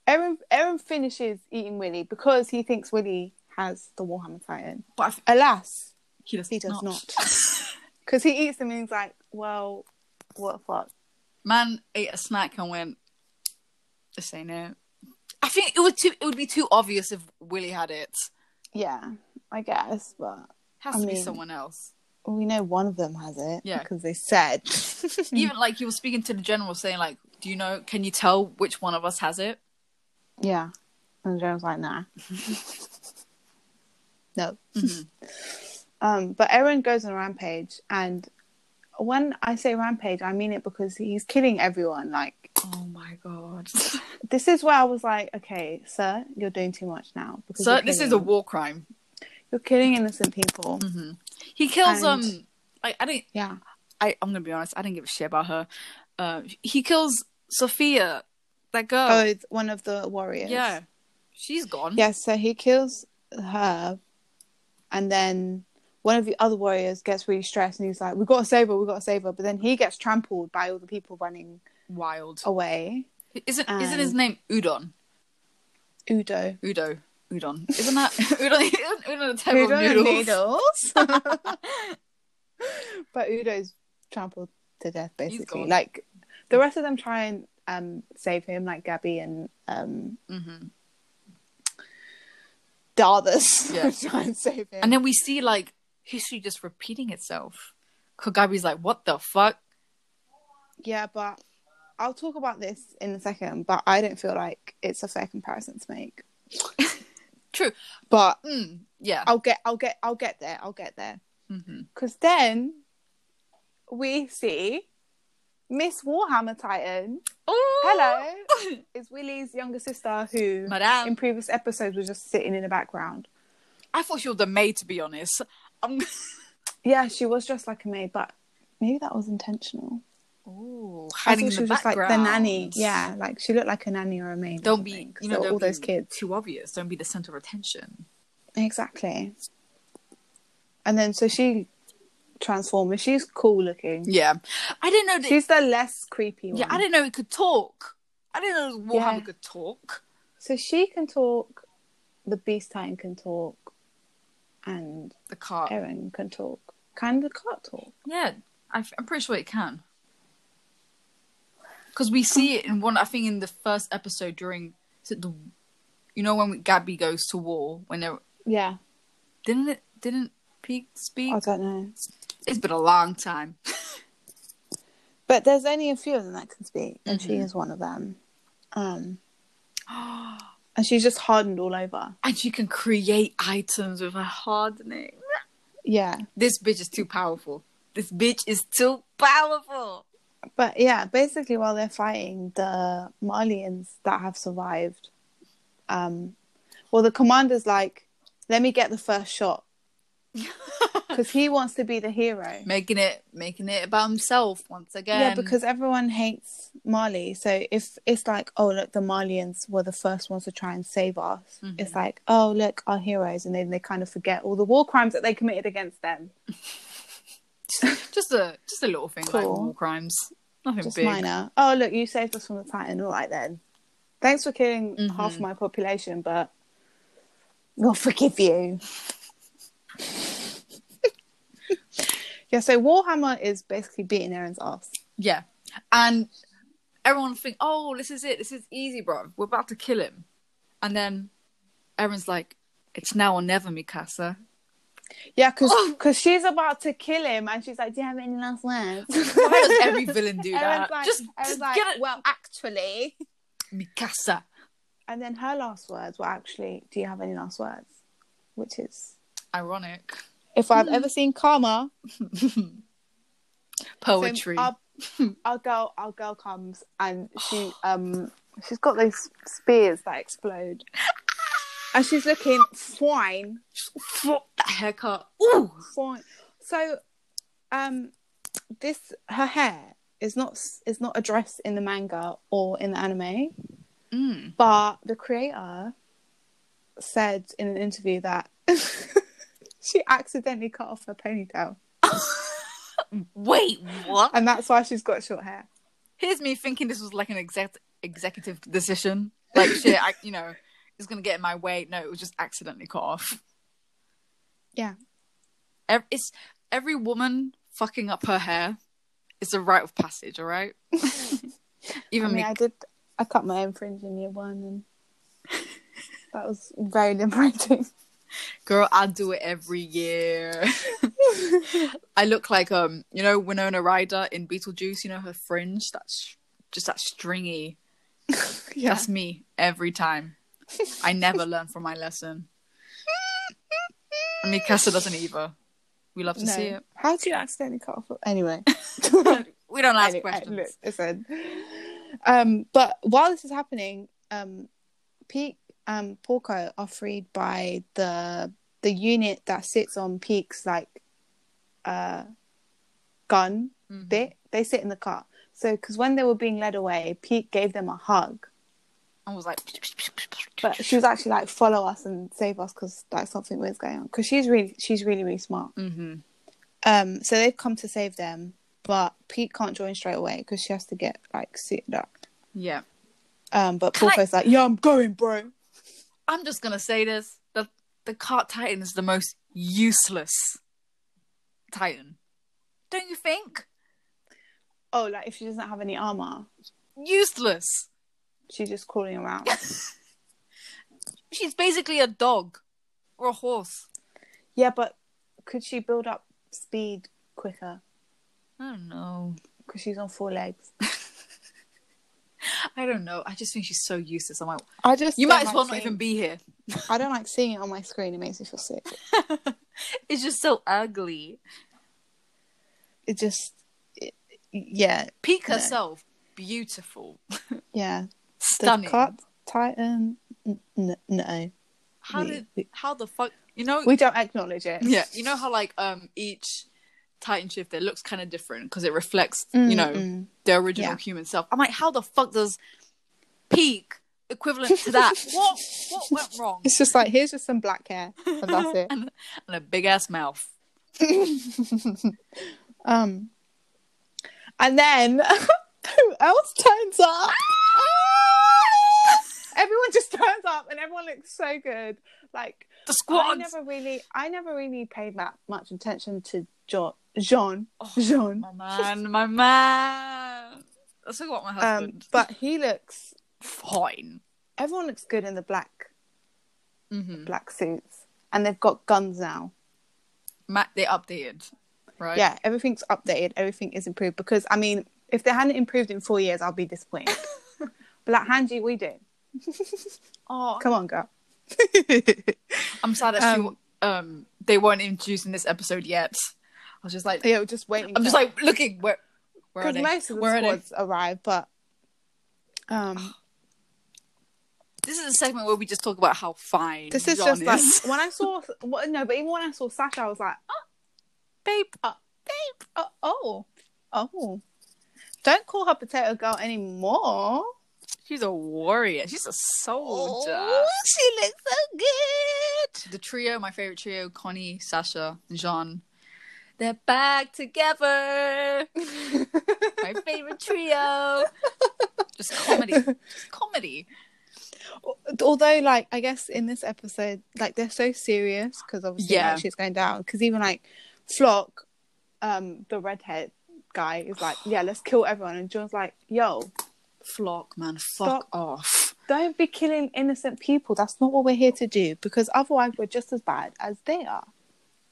S1: Erin Erin finishes eating Willy because he thinks Willy has the Warhammer Titan.
S2: but I, f-
S1: Alas,
S2: he does,
S1: he does
S2: not.
S1: not, because he eats them and he's like, "Well, what the fuck?"
S2: Man ate a snack and went, this ain't it. I think it would too. It would be too obvious if Willie had it.
S1: Yeah, I guess, but
S2: Has
S1: I
S2: to be
S1: mean-
S2: someone else.
S1: we know one of them has it.
S2: Yeah.
S1: because they said.
S2: Even like you were speaking to the general, saying like, "Do you know? Can you tell which one of us has it?"
S1: Yeah, and Joan's like, "Nah, no."
S2: Mhm.
S1: Mm-hmm. Um, but Eren goes on a rampage, and when I say rampage, I mean it because he's killing everyone. Like
S2: Oh my god!
S1: this is where I was like, okay, sir, you're doing too much now. Because
S2: so
S1: you're
S2: this is a
S1: killing-
S2: war crime.
S1: you're killing innocent people.
S2: Mm-hmm. He kills
S1: And-
S2: um. Like I don't.
S1: Mm. Yeah,
S2: I I'm gonna be honest. I didn't give a shit about her. Uh, he kills Sophia, that girl.
S1: oh, it's one of the warriors.
S2: yeah, she's gone.
S1: yeah. So he kills her, and then one of the other warriors gets really stressed, and he's like, "We've got to save her. We've got to save her." But then he gets trampled by all the people running
S2: Wild.
S1: away.
S2: Isn't isn't his
S1: Oh, and-
S2: name Udon?
S1: Udo.
S2: Udo. Udon. Isn't that Udon? Isn't Udon a type of noodles?
S1: noodles. but Udo's trampled to death basically.
S2: gone.
S1: Like the rest of them try and um, save him, like Gabby and um,
S2: Mhm.
S1: Darthus
S2: Yeah.
S1: try and save him.
S2: And then we see like history just repeating itself. Kogabi's like, what the fuck?
S1: yeah, but I'll talk about this in a second. But I don't feel like it's a fair comparison to make.
S2: True.
S1: But
S2: Mm, yeah.
S1: I'll get, I'll get, I'll get there. I'll get there.
S2: hmm
S1: Because then we see Miss Warhammer Titan.
S2: Oh,
S1: Hello. is Willie's younger sister who
S2: Madame.
S1: in previous episodes was just sitting in the background.
S2: I thought she was the maid, to be honest. Um,
S1: Yeah, she was dressed like a maid, but maybe that was intentional.
S2: Ooh,
S1: I thought
S2: hiding in
S1: she
S2: the
S1: was just like
S2: background.
S1: the nanny. Yeah, like she looked like a nanny or a maid. or
S2: Don't be,
S1: something, 'cause
S2: you know,
S1: there were
S2: don't
S1: all
S2: be
S1: those kids.
S2: Too obvious. Don't be the center of attention.
S1: Exactly. And then so she transforms. She's cool looking.
S2: Yeah. I didn't know that.
S1: She's the less creepy one.
S2: yeah, I didn't know it could talk. I didn't know
S1: Yeah.
S2: Warhammer could talk.
S1: So she can talk. The Beast Titan can talk, and
S2: The car.
S1: Eren can talk. Kind of can't talk.
S2: Yeah, I f- I'm pretty sure it can. Because we see it in one, I think, in the first episode during, is it the, you know, when Gabby goes to war when they
S1: Yeah,
S2: didn't it didn't Peak speak?
S1: I don't know.
S2: It's been a long time.
S1: But there's only a few of them that can speak, and she
S2: Mhm.
S1: is one of them. Um,
S2: and
S1: and she's just hardened all over.
S2: she can create items with her hardening.
S1: yeah.
S2: This bitch is too powerful. This bitch is too powerful.
S1: But yeah, basically, while they're fighting, the Malians that have survived, um, well, the commander's like, "Let me get the first shot," because he wants to be the hero.
S2: Making it making it about himself once again.
S1: Yeah, because everyone hates Mali. So if it's like, oh look, the Malians were the first ones to try and save us, it's like, oh look, our heroes, and then they kind of forget all the war crimes that they committed against them.
S2: just, just a just a little thing like
S1: Cool.
S2: war crimes. Nothing
S1: Just
S2: big.
S1: minor. Oh look, you saved us from the Titan. All right then. Thanks for killing
S2: Mm-hmm.
S1: half my population, but we'll forgive you. yeah, so Warhammer is basically beating Aaron's ass.
S2: Yeah. And everyone think, oh, this is it. This is easy, bro. We're about to kill him. And then Erin's like, it's now or never, Mikasa.
S1: Yeah, because
S2: Oh.
S1: she's about to kill him, and she's like, "Do you have any last words?"
S2: Why does every villain do that?
S1: Erin's like,
S2: just
S1: Erin's
S2: just
S1: like,
S2: get it.
S1: "Well, actually,"
S2: Mikasa.
S1: and then her last words were actually, "Do you have any last words?" Which is,
S2: Ironic.
S1: if I've
S2: Hmm.
S1: ever seen karma, So
S2: Poetry.
S1: our, our girl, our girl comes and she um she's got these spears that explode, and she's looking fine,
S2: that haircut. Ooh.
S1: fine. So, um, this her hair is not s- is not addressed in the manga or in the anime,
S2: Mm.
S1: but the creator said in an interview that she accidentally cut off her ponytail,
S2: Wait, what?
S1: and that's why she's got short hair.
S2: Here's me thinking this was like an exec- executive decision. Like, shit, I, you know, it's going to get in my way. No, it was just accidentally cut off.
S1: Yeah.
S2: Ev- it's every woman fucking up her hair is a rite of passage, all right? Even
S1: I mean,
S2: me.
S1: I did. I cut my own fringe in year one, and that was very liberating.
S2: Girl, I do it every year. I look like, um, you know, Winona Ryder in Beetlejuice, you know, her fringe, that's just that stringy.
S1: yeah,
S2: That's me every time. I never learn from my lesson. And Mikasa doesn't either. We love to see it.
S1: How do you accidentally cut off? Anyway,
S2: We don't ask
S1: Anyway,
S2: questions.
S1: uh, look, listen. Um, but while this is happening, um, Peak and Porco are freed by the the unit that sits on Peak's like uh gun
S2: Mhm.
S1: bit. They sit in the car. So, because when they were being led away, Peak gave them a hug.
S2: I was like,
S1: but she was actually like follow us and save us because like something weird's going on because she's really she's really really smart
S2: hmm
S1: um so they've come to save them but pete can't join straight away because she has to get like suited up
S2: yeah.
S1: um but
S2: Can I-
S1: porco's like yeah i'm going bro
S2: I'm just gonna say this: the the cart titan is the most useless titan. Don't you think?
S1: oh like if she doesn't have any armor
S2: Useless.
S1: she's just crawling around
S2: She's basically a dog or a horse.
S1: yeah but could she build up speed quicker
S2: I don't know.
S1: because she's on four legs
S2: I don't know. I just think she's so useless. I'm like,
S1: i just
S2: you
S1: don't
S2: might as
S1: like
S2: well not
S1: seeing-
S2: even be here.
S1: i don't like seeing it on my screen it makes me feel sick
S2: It's just so ugly.
S1: it just it, yeah
S2: Peek
S1: No.
S2: herself, beautiful,
S1: yeah the
S2: stunning.
S1: cut titan n- n- no
S2: How
S1: we-
S2: did?
S1: we-
S2: How the fuck? You know,
S1: we don't acknowledge it
S2: yeah you know how like um each titan shift that looks kind of different because it reflects you know
S1: Mm-mm.
S2: their original
S1: Mm, Yeah.
S2: human self i'm like how the fuck does peak equivalent to that what what went wrong
S1: it's just like here's just some black hair and that's it
S2: and, and a big ass mouth
S1: um and then who else turns up
S2: Ah!
S1: everyone just turns up and everyone looks so good like
S2: the
S1: i
S2: squad
S1: never really i never really paid that much attention to john Um, jean jean
S2: Oh, my man my man that's what my
S1: um
S2: husband
S1: but he looks
S2: fine
S1: everyone looks good in the black
S2: mm-hmm.
S1: black suits and they've got guns now.
S2: Matt, they updated right
S1: Yeah, everything's updated, everything is improved because I mean, if they hadn't improved in four years, I'll be disappointed. but like Hanji, we do.
S2: oh
S1: Come on, girl.
S2: i'm sad that she
S1: Um,
S2: um they weren't introduced in this episode yet. I was just like
S1: Yeah, we're just waiting.
S2: I'm just like looking where where are
S1: because
S2: they?
S1: most of the
S2: Where are they?
S1: squads arrive, but
S2: Oh,
S1: um,
S2: This is a segment where we just talk about how fine
S1: this is
S2: John
S1: just like when I saw well, no, but even when I saw Sasha, I was like, oh, babe, oh, babe, oh, oh, oh, don't call her potato girl anymore.
S2: She's a warrior. She's a soldier.
S1: she looks so good.
S2: The trio, my favorite trio, Connie, Sasha, and Jean. They're back together. my favorite trio. Just comedy. Just comedy.
S1: Although, like, I guess in this episode, like, they're so serious because obviously
S2: Yeah.
S1: like, she's going down. Because even like Flock, um, the redhead guy is like, yeah, let's kill everyone, and John's like, yo,
S2: Flock, man. Fuck
S1: Stop.
S2: off.
S1: don't be killing innocent people. That's not what we're here to do because otherwise we're just as bad as they are.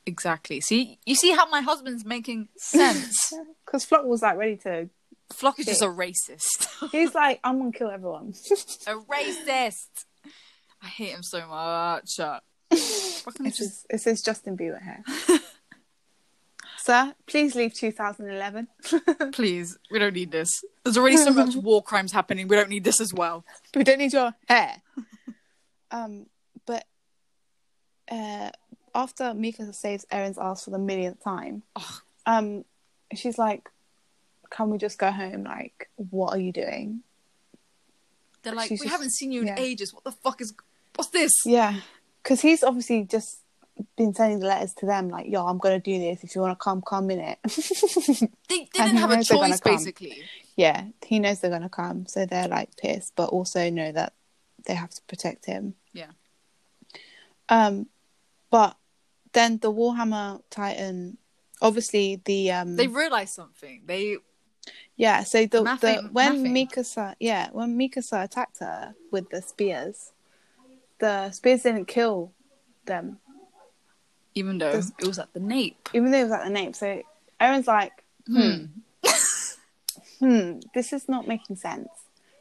S2: Exactly. See, you see how my husband's making sense.
S1: Because Flock was like ready to.
S2: Flock is just a racist.
S1: He's like, I'm gonna kill everyone.
S2: a racist. I hate him so much. Uh, Fucking
S1: It's
S2: just
S1: just, it says Justin Bieber here. Sir, please leave 2011.
S2: Please, we don't need this. There's already so much war crimes happening. We don't need this as well.
S1: we don't need your hair. um, but uh, after Mika saves Erin's ass for the millionth time,
S2: Ugh.
S1: um, she's like, "Can we just go home? Like, what are you doing?"
S2: They're like,
S1: She's
S2: we
S1: just-
S2: haven't seen you in
S1: yeah.
S2: ages. What the fuck is? What's this?
S1: Yeah, because he's obviously just been sending the letters to them, like, "Yo, I'm gonna do this. If you want to come, come in it."
S2: They, they
S1: And
S2: didn't
S1: who
S2: have a
S1: knows they're gonna
S2: choice,
S1: come.
S2: basically.
S1: yeah, he knows they're gonna come, so they're like pissed, but also know that they have to protect him.
S2: Yeah.
S1: Um, but then the Warhammer Titan, obviously the um,
S2: They realized something. They
S1: yeah. So the,
S2: Mathing-
S1: the when
S2: mathing.
S1: Mikasa, yeah, when Mikasa attacked her with the spears, the spears didn't kill them,
S2: even though
S1: There's-
S2: it was at the nape.
S1: even though it was like the name. So Aaron's like,
S2: Hmm.
S1: hmm, this is not making sense.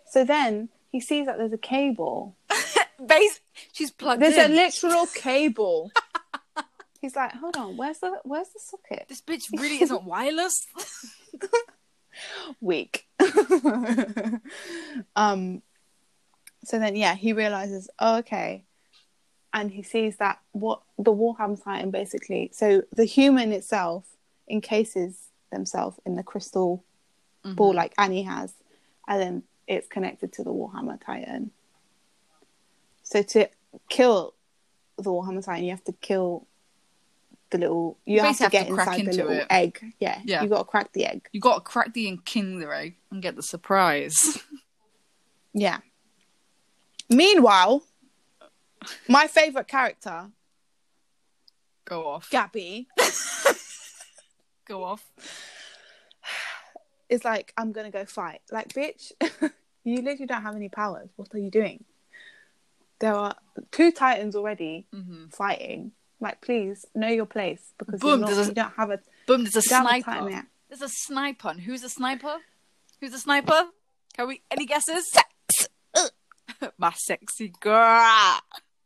S1: So then he sees that there's a cable.
S2: Base. She's plugged
S1: There's a
S2: in.
S1: literal cable. He's like, hold on, where's the where's the socket?
S2: this bitch really isn't wireless.
S1: week. um, so then, yeah, he realizes, oh, okay. And he sees that what the Warhammer Titan basically, so the human itself encases themselves in the crystal
S2: Mm-hmm.
S1: ball like Annie has, and then it's connected to the Warhammer Titan. So to kill the Warhammer Titan, you have to kill the little. You have to
S2: basically have
S1: get
S2: to crack
S1: inside the
S2: into
S1: little
S2: it.
S1: egg. Yeah,
S2: Yeah.
S1: you got to crack the egg.
S2: You got to crack the and king the egg and get the surprise.
S1: Yeah. Meanwhile, my favorite character,
S2: Go off.
S1: Gabby,
S2: Go off.
S1: is like, I'm going to go fight. Like, bitch, you literally don't have any powers. What are you doing? There are two titans already
S2: Mhm.
S1: fighting. Like, please know your place because
S2: Boom,
S1: you're not,
S2: there's a-
S1: you don't have a,
S2: Boom. There's a
S1: you don't have a titan
S2: sniper.
S1: yet.
S2: There's a sniper. And who's a sniper? Who's a sniper? Can we any guesses? My sexy girl.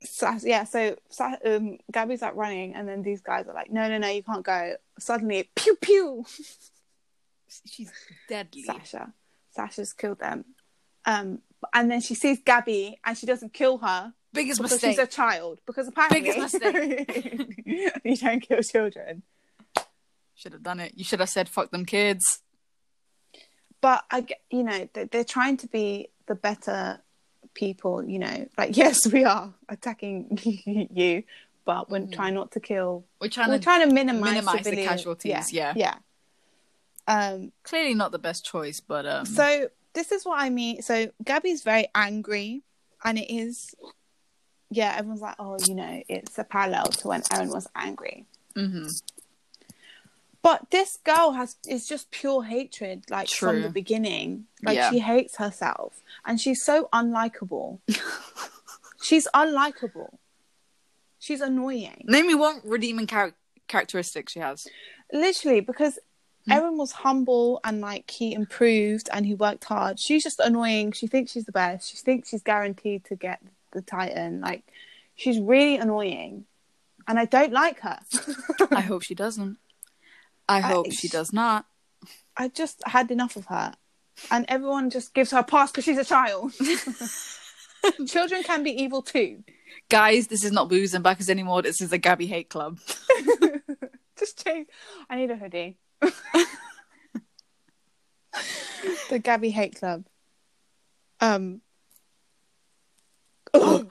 S1: So, yeah, so so, um, Gabby's like running, and then these guys are like, no, no, no, you can't go. Suddenly, pew, pew.
S2: She's deadly.
S1: Sasha. Sasha's killed them. Um, and then she sees Gabby and she doesn't kill her
S2: Biggest
S1: because
S2: mistake.
S1: she's a child. Because apparently,
S2: Biggest mistake.
S1: you don't kill children.
S2: Should have done it. You should have said "fuck them kids."
S1: But I, get- you know, they- they're trying to be the better people. You know, like yes, we are attacking you, but we're trying not to kill.
S2: We're Mm. trying
S1: we're
S2: to
S1: trying to minimize,
S2: minimise the
S1: civilian-
S2: casualties, yeah.
S1: yeah. Um,
S2: clearly not the best choice, but um,
S1: So this is what I mean. So Gabby's very angry, and it is, yeah. Everyone's like, oh, you know, it's a parallel to when Erin was angry.
S2: mhm.
S1: But this girl has is just pure hatred, like
S2: True.
S1: from the beginning. Like
S2: Yeah.
S1: she hates herself, and she's so unlikable. she's unlikable. She's annoying,
S2: name me one redeeming char- characteristic she has.
S1: literally, because. Erin was humble and like he improved and he worked hard. She's just annoying. She thinks she's the best. She thinks she's guaranteed to get the Titan. Like she's really annoying. and I don't like her.
S2: I hope she doesn't. I
S1: I-
S2: hope she does not.
S1: I just had enough of her. And everyone just gives her a pass because she's a child. Children can be evil too.
S2: Guys, this is not booze and backers anymore. This is a Gabby hate club.
S1: Just change. I need a hoodie. the Gabby Hate Club. Um.
S2: oh,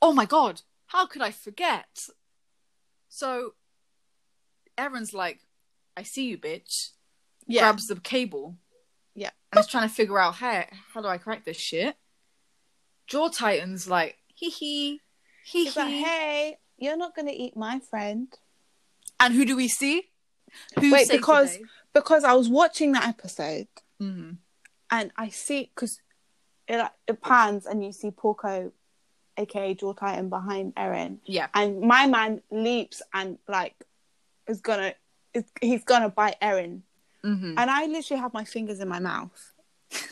S2: oh my god, how could I forget? So, Aaron's like, "I see you, bitch."
S1: yeah.
S2: Grabs the cable.
S1: Yeah.
S2: and is trying to figure out how how do I crack this shit. Jaw Titan's like, hee hee, hee
S1: She's like,
S2: hee.
S1: hey, you're not going to eat my friend.
S2: And who do we see? Who
S1: Wait,
S2: saved
S1: because-
S2: the day?
S1: Because I was watching that episode
S2: Mhm.
S1: and I see, because it, like, it pans and you see Porco, aka Jaw Titan, behind Erin.
S2: yeah,
S1: and my man leaps and like is gonna is, he's gonna bite Erin,
S2: hmm
S1: and I literally have my fingers in my mouth.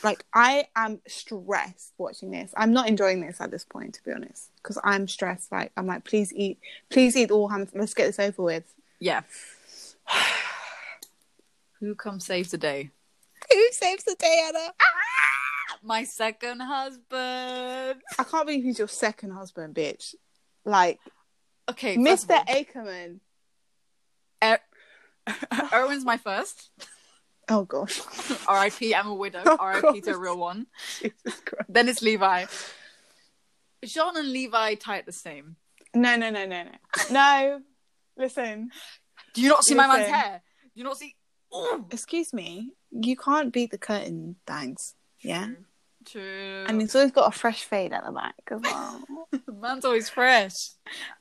S1: Like I am stressed watching this. I'm not enjoying this at this point, to be honest, because I'm stressed. Like I'm like, please eat, please eat all ham. Let's get this over with.
S2: yeah. who comes save the day?
S1: Who saves the day, Anna?
S2: My second husband.
S1: I can't believe he's your second husband, bitch. Like
S2: Okay, first of
S1: Mr.
S2: all,
S1: Ackerman.
S2: Er- Erwin's my first.
S1: Oh gosh,
S2: R.I.P. I'm a widow.
S1: Of
S2: R.I.P. to a
S1: course.
S2: real one.
S1: Jesus Christ!
S2: Then it's Levi. Jean and Levi tight the same.
S1: No, no, no, no, no, no. Listen,
S2: Do you not see my man's
S1: Listen.
S2: hair? Do you not see? Ooh.
S1: excuse me, you can't beat the curtain bangs, yeah?
S2: True.
S1: And he's always got a fresh fade at the back as well.
S2: man's always fresh.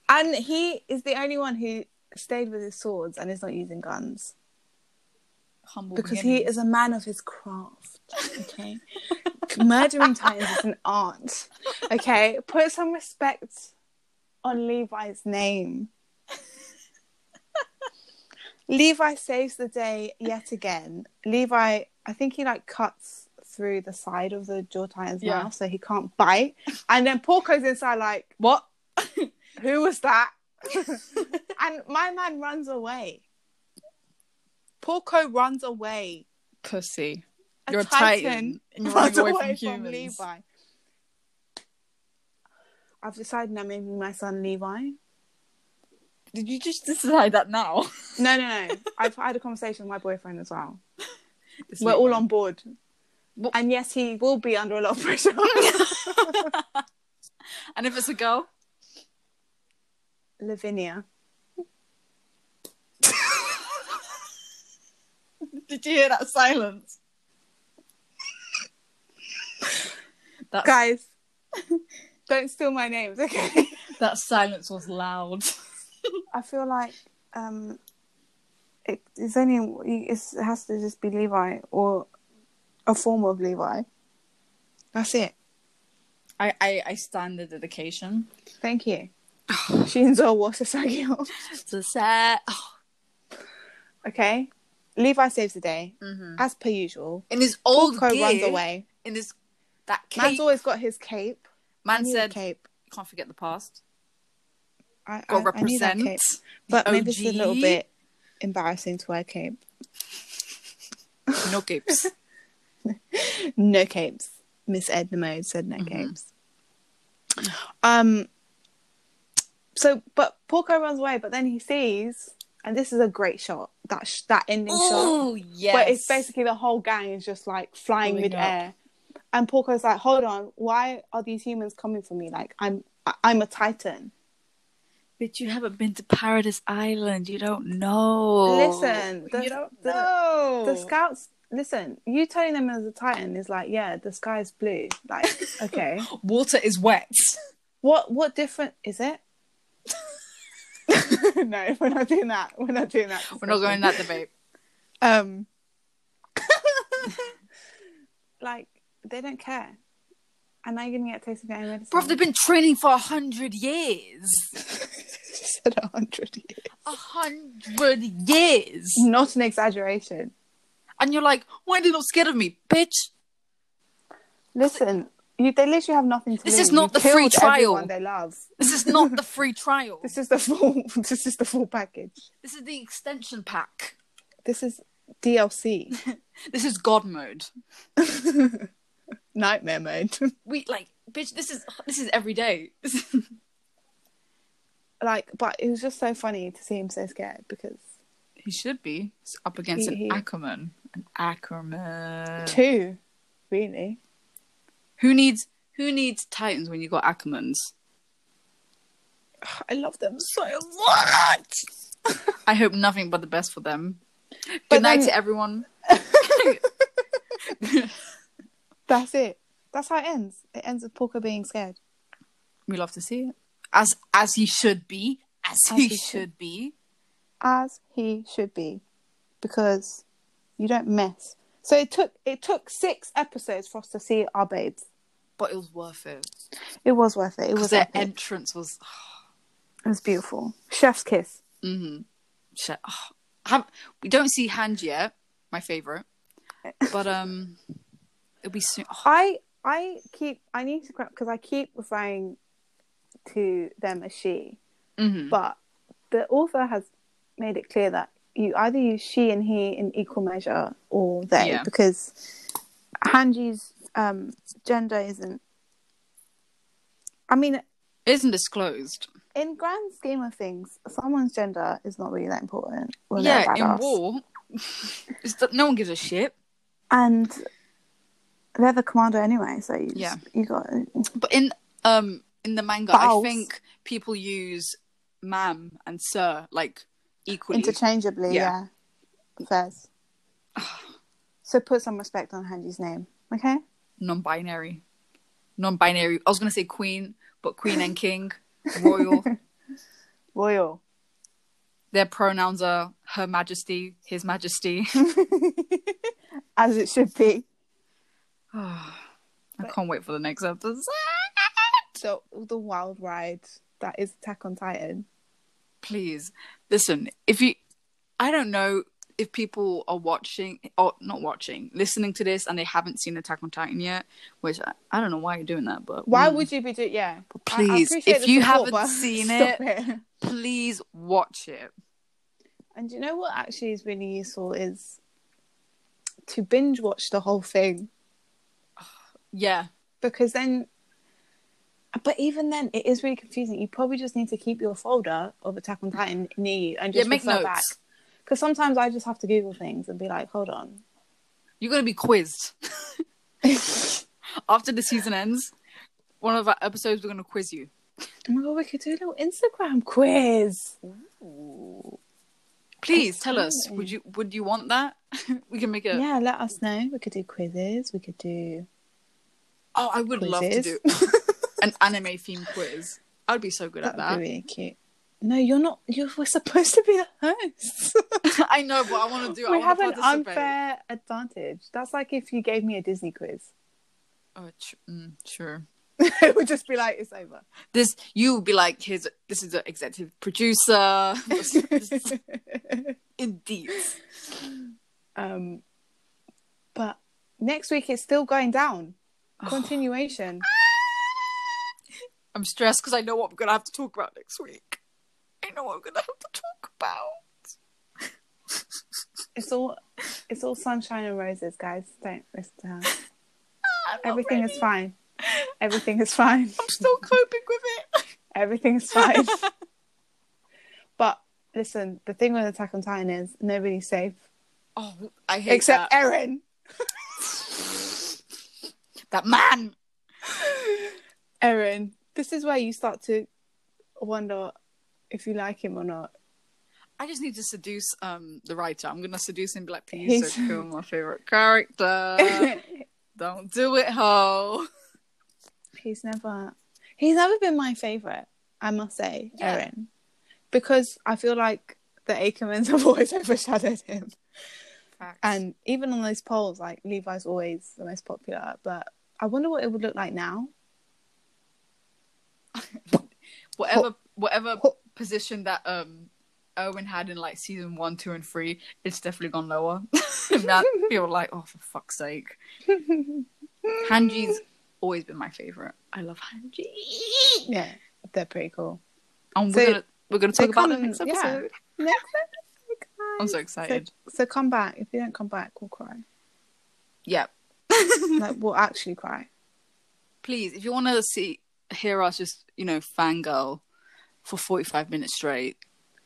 S1: and he is the only one who stayed with his swords and is not using guns
S2: Humble
S1: because he is a man of his craft. Okay, murdering times is an art. Okay, put some respect on Levi's name. Levi saves the day yet again. Levi, I think he like cuts through the side of the jaw titan's
S2: Yeah.
S1: mouth so he can't bite. And then Porco's inside like,
S2: what?
S1: who was that? and my man runs away. Porco runs away
S2: Pussy.
S1: a
S2: You're a
S1: titan,
S2: titan. and You're
S1: runs
S2: running away,
S1: away,
S2: from
S1: from,
S2: humans.
S1: Levi. I've decided I'm naming my son Levi.
S2: Did you just decide that now?
S1: No, no, no. I've had a conversation with my boyfriend as well.
S2: It's
S1: We're
S2: Levi.
S1: all on board.
S2: What-
S1: And yes, he will be under a lot of pressure.
S2: And if it's a girl,
S1: Lavinia.
S2: did you hear that silence? That's,
S1: Guys, don't steal my names, okay?
S2: that silence was loud.
S1: I feel like um, it, it's only, it's, it has to just be Levi or a form of Levi. That's it.
S2: I, I, I stand the dedication.
S1: Thank you. Shinzo Wasasagio.
S2: It's a set.
S1: Okay. Levi saves the day,
S2: Mhm.
S1: as per usual.
S2: In his old
S1: Porco
S2: gear,
S1: runs away.
S2: in his that cape,
S1: Man's always got his cape. I
S2: man
S1: knew the
S2: said,
S1: cape.
S2: "Can't forget the past.
S1: I, I,
S2: Got
S1: I knew that
S2: represent."
S1: cape. But maybe it's a little
S2: OG.
S1: bit embarrassing to wear cape.
S2: No capes.
S1: No capes. Miss Edna Mode said
S2: Mm-hmm.
S1: no capes. Um. So, but Porco runs away, but then he sees, and this is a great shot. That sh- that ending shot.
S2: oh yes.
S1: But it's basically the whole gang is just like flying
S2: Pulling up.
S1: midair. And Porco's like, hold on, why are these humans coming for me? Like, I'm I- I'm a titan.
S2: But you haven't been to Paradise Island. You don't know.
S1: Listen, the-
S2: you don't
S1: the-
S2: know.
S1: The scouts, listen, you telling them as a titan is like, yeah, the sky's blue. Like, okay,
S2: Water is wet.
S1: what what different is it? no, we're not doing that. We're not doing that.
S2: We're not going in
S1: discussion.
S2: that debate.
S1: Um, like they don't care. And now you're gonna get a taste of your own medicine.
S2: Bro, they've been training for a hundred years.
S1: said a hundred years.
S2: A hundred years.
S1: Not an exaggeration.
S2: And you're like, why are they not scared of me, bitch?
S1: Listen, You, they literally have nothing to
S2: This
S1: lose.
S2: is not
S1: You
S2: the free
S1: killed
S2: trial.
S1: everyone They love.
S2: This is not the free trial.
S1: This is the full. This is the full package.
S2: This is the extension pack.
S1: This is DLC.
S2: This is God mode.
S1: Nightmare mode.
S2: We like, bitch. This is this is every day.
S1: like, but it was just so funny to see him so scared because
S2: he should be He's up against
S1: He-
S2: an
S1: he-
S2: Ackerman. An Ackerman.
S1: two, really.
S2: Who needs who needs Titans when you got Ackermans?
S1: I love them so much.
S2: I hope nothing but the best for them.
S1: But
S2: Good night
S1: then-
S2: to everyone.
S1: That's it. That's how it ends. It ends with Porco being scared.
S2: we love to see it. As as he should be. As,
S1: he
S2: he,
S1: should.
S2: should be.
S1: as he should be, because you don't mess. So it took it took six episodes for us to see our babes.
S2: But it was worth it.
S1: It was worth it. It
S2: Because
S1: was
S2: their
S1: epic.
S2: entrance was
S1: it was beautiful. Chef's kiss.
S2: Mm-hmm. Shit. Oh, have, we don't see hand yet, my favorite. But um, it'll be soon. Oh,
S1: I I keep I need to because I keep referring to them as she,
S2: mhm.
S1: but the author has made it clear that you either use she and he in equal measure or they
S2: Yeah.
S1: because Hanji's um, gender isn't. I mean,
S2: It isn't disclosed.
S1: in grand scheme of things, someone's gender is not really that important. when they're
S2: yeah, in
S1: badass.
S2: war, it's the, no one gives a shit.
S1: and they're the commander anyway, so you just,
S2: Yeah.
S1: you got
S2: But in um in the manga,
S1: Bows.
S2: I think people use ma'am and sir like equally.
S1: interchangeably, yeah.
S2: Yeah.
S1: Fairs. so put some respect on Hanji's name, okay?
S2: non-binary, non-binary. I was gonna say queen, but queen and king, royal.
S1: Royal.
S2: Their pronouns are her majesty, his majesty.
S1: As it should be.
S2: I can't wait for the next episode.
S1: So the wild ride that is Attack on Titan.
S2: please listen if you i don't know if people are watching or not watching listening to this and they haven't seen attack on titan yet which i, I don't know why you're doing that but
S1: Why
S2: mm,
S1: would you be doing? Yeah, I- I
S2: please
S1: appreciate
S2: if
S1: the
S2: you
S1: support,
S2: haven't
S1: but
S2: seen
S1: stop
S2: it, please watch it
S1: And you know what actually is really useful is to binge watch the whole thing
S2: yeah
S1: because then, but even then, it is really confusing. You probably just need to keep your folder of Attack on Titan near you and just
S2: yeah make
S1: refer
S2: notes
S1: back. Because sometimes I just have to Google things and be like, hold on.
S2: you're gonna be quizzed after the season ends one of our episodes we're gonna quiz you
S1: Oh my god, we could do a little Instagram quiz.
S2: please tell us would you would you want that we can make it
S1: Yeah, let us know. We could do quizzes. We could do.
S2: oh i would love to do
S1: Quizzes.
S2: an anime themed quiz i'd be so good
S1: That
S2: at that
S1: would be really cute. No, you're not. You're, we're supposed to be the hosts.
S2: I know, but I want to do. it.
S1: we
S2: I
S1: have an
S2: want to participate.
S1: unfair advantage. That's like if you gave me a Disney quiz,
S2: Oh, tr- mm, sure.
S1: it would just be like it's over.
S2: This you would be like, here's this is an executive producer. Indeed.
S1: um, but next week it's still going down. Continuation.
S2: I'm stressed because I know what we're gonna have to talk about next week. I know what we're gonna have to talk about.
S1: it's all, it's all sunshine and roses, guys. Don't listen to her.
S2: I'm not
S1: Everything is
S2: ready.
S1: fine. Everything is fine.
S2: I'm still coping with it.
S1: Everything's fine. but listen, the thing with Attack on Titan is nobody's safe
S2: Oh, I hate
S1: except
S2: that.
S1: Eren.
S2: that man.
S1: Eren, this is where you start to wonder if you like him or not.
S2: I just need to seduce um the writer. I'm gonna seduce him, and be like, please
S1: He's-
S2: don't kill my favorite character. don't do it, ho.
S1: he's never, he's never been my favorite. I must say,
S2: Yeah.
S1: Eren, because I feel like the Ackermans have always overshadowed him.
S2: Facts.
S1: And even on those polls, like Levi's always the most popular. But I wonder what it would look like now.
S2: whatever whatever
S1: Ho-
S2: position that um Owen had in like season one, two, and three, it's definitely gone lower. that people are like, oh for fuck's sake. Hanji's always been my favorite. I love Hanji.
S1: Yeah, they're pretty cool.
S2: And
S1: So-
S2: we're gonna we're gonna
S1: so
S2: talk about
S1: come-
S2: them next
S1: yeah.
S2: episode.
S1: Next
S2: I'm
S1: episode,
S2: so excited.
S1: So, so come back. If you don't come back, we'll cry.
S2: yeah.
S1: Like we'll actually cry.
S2: Please, if you want to see hear us just you know fangirl for 45 minutes straight,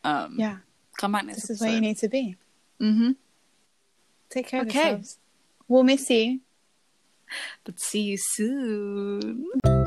S2: um,
S1: Yeah,
S2: come back next
S1: this is where you
S2: episode.
S1: need to be.
S2: Mm-hmm.
S1: Take care of
S2: Okay.
S1: yourselves. We'll miss you.
S2: But see you soon.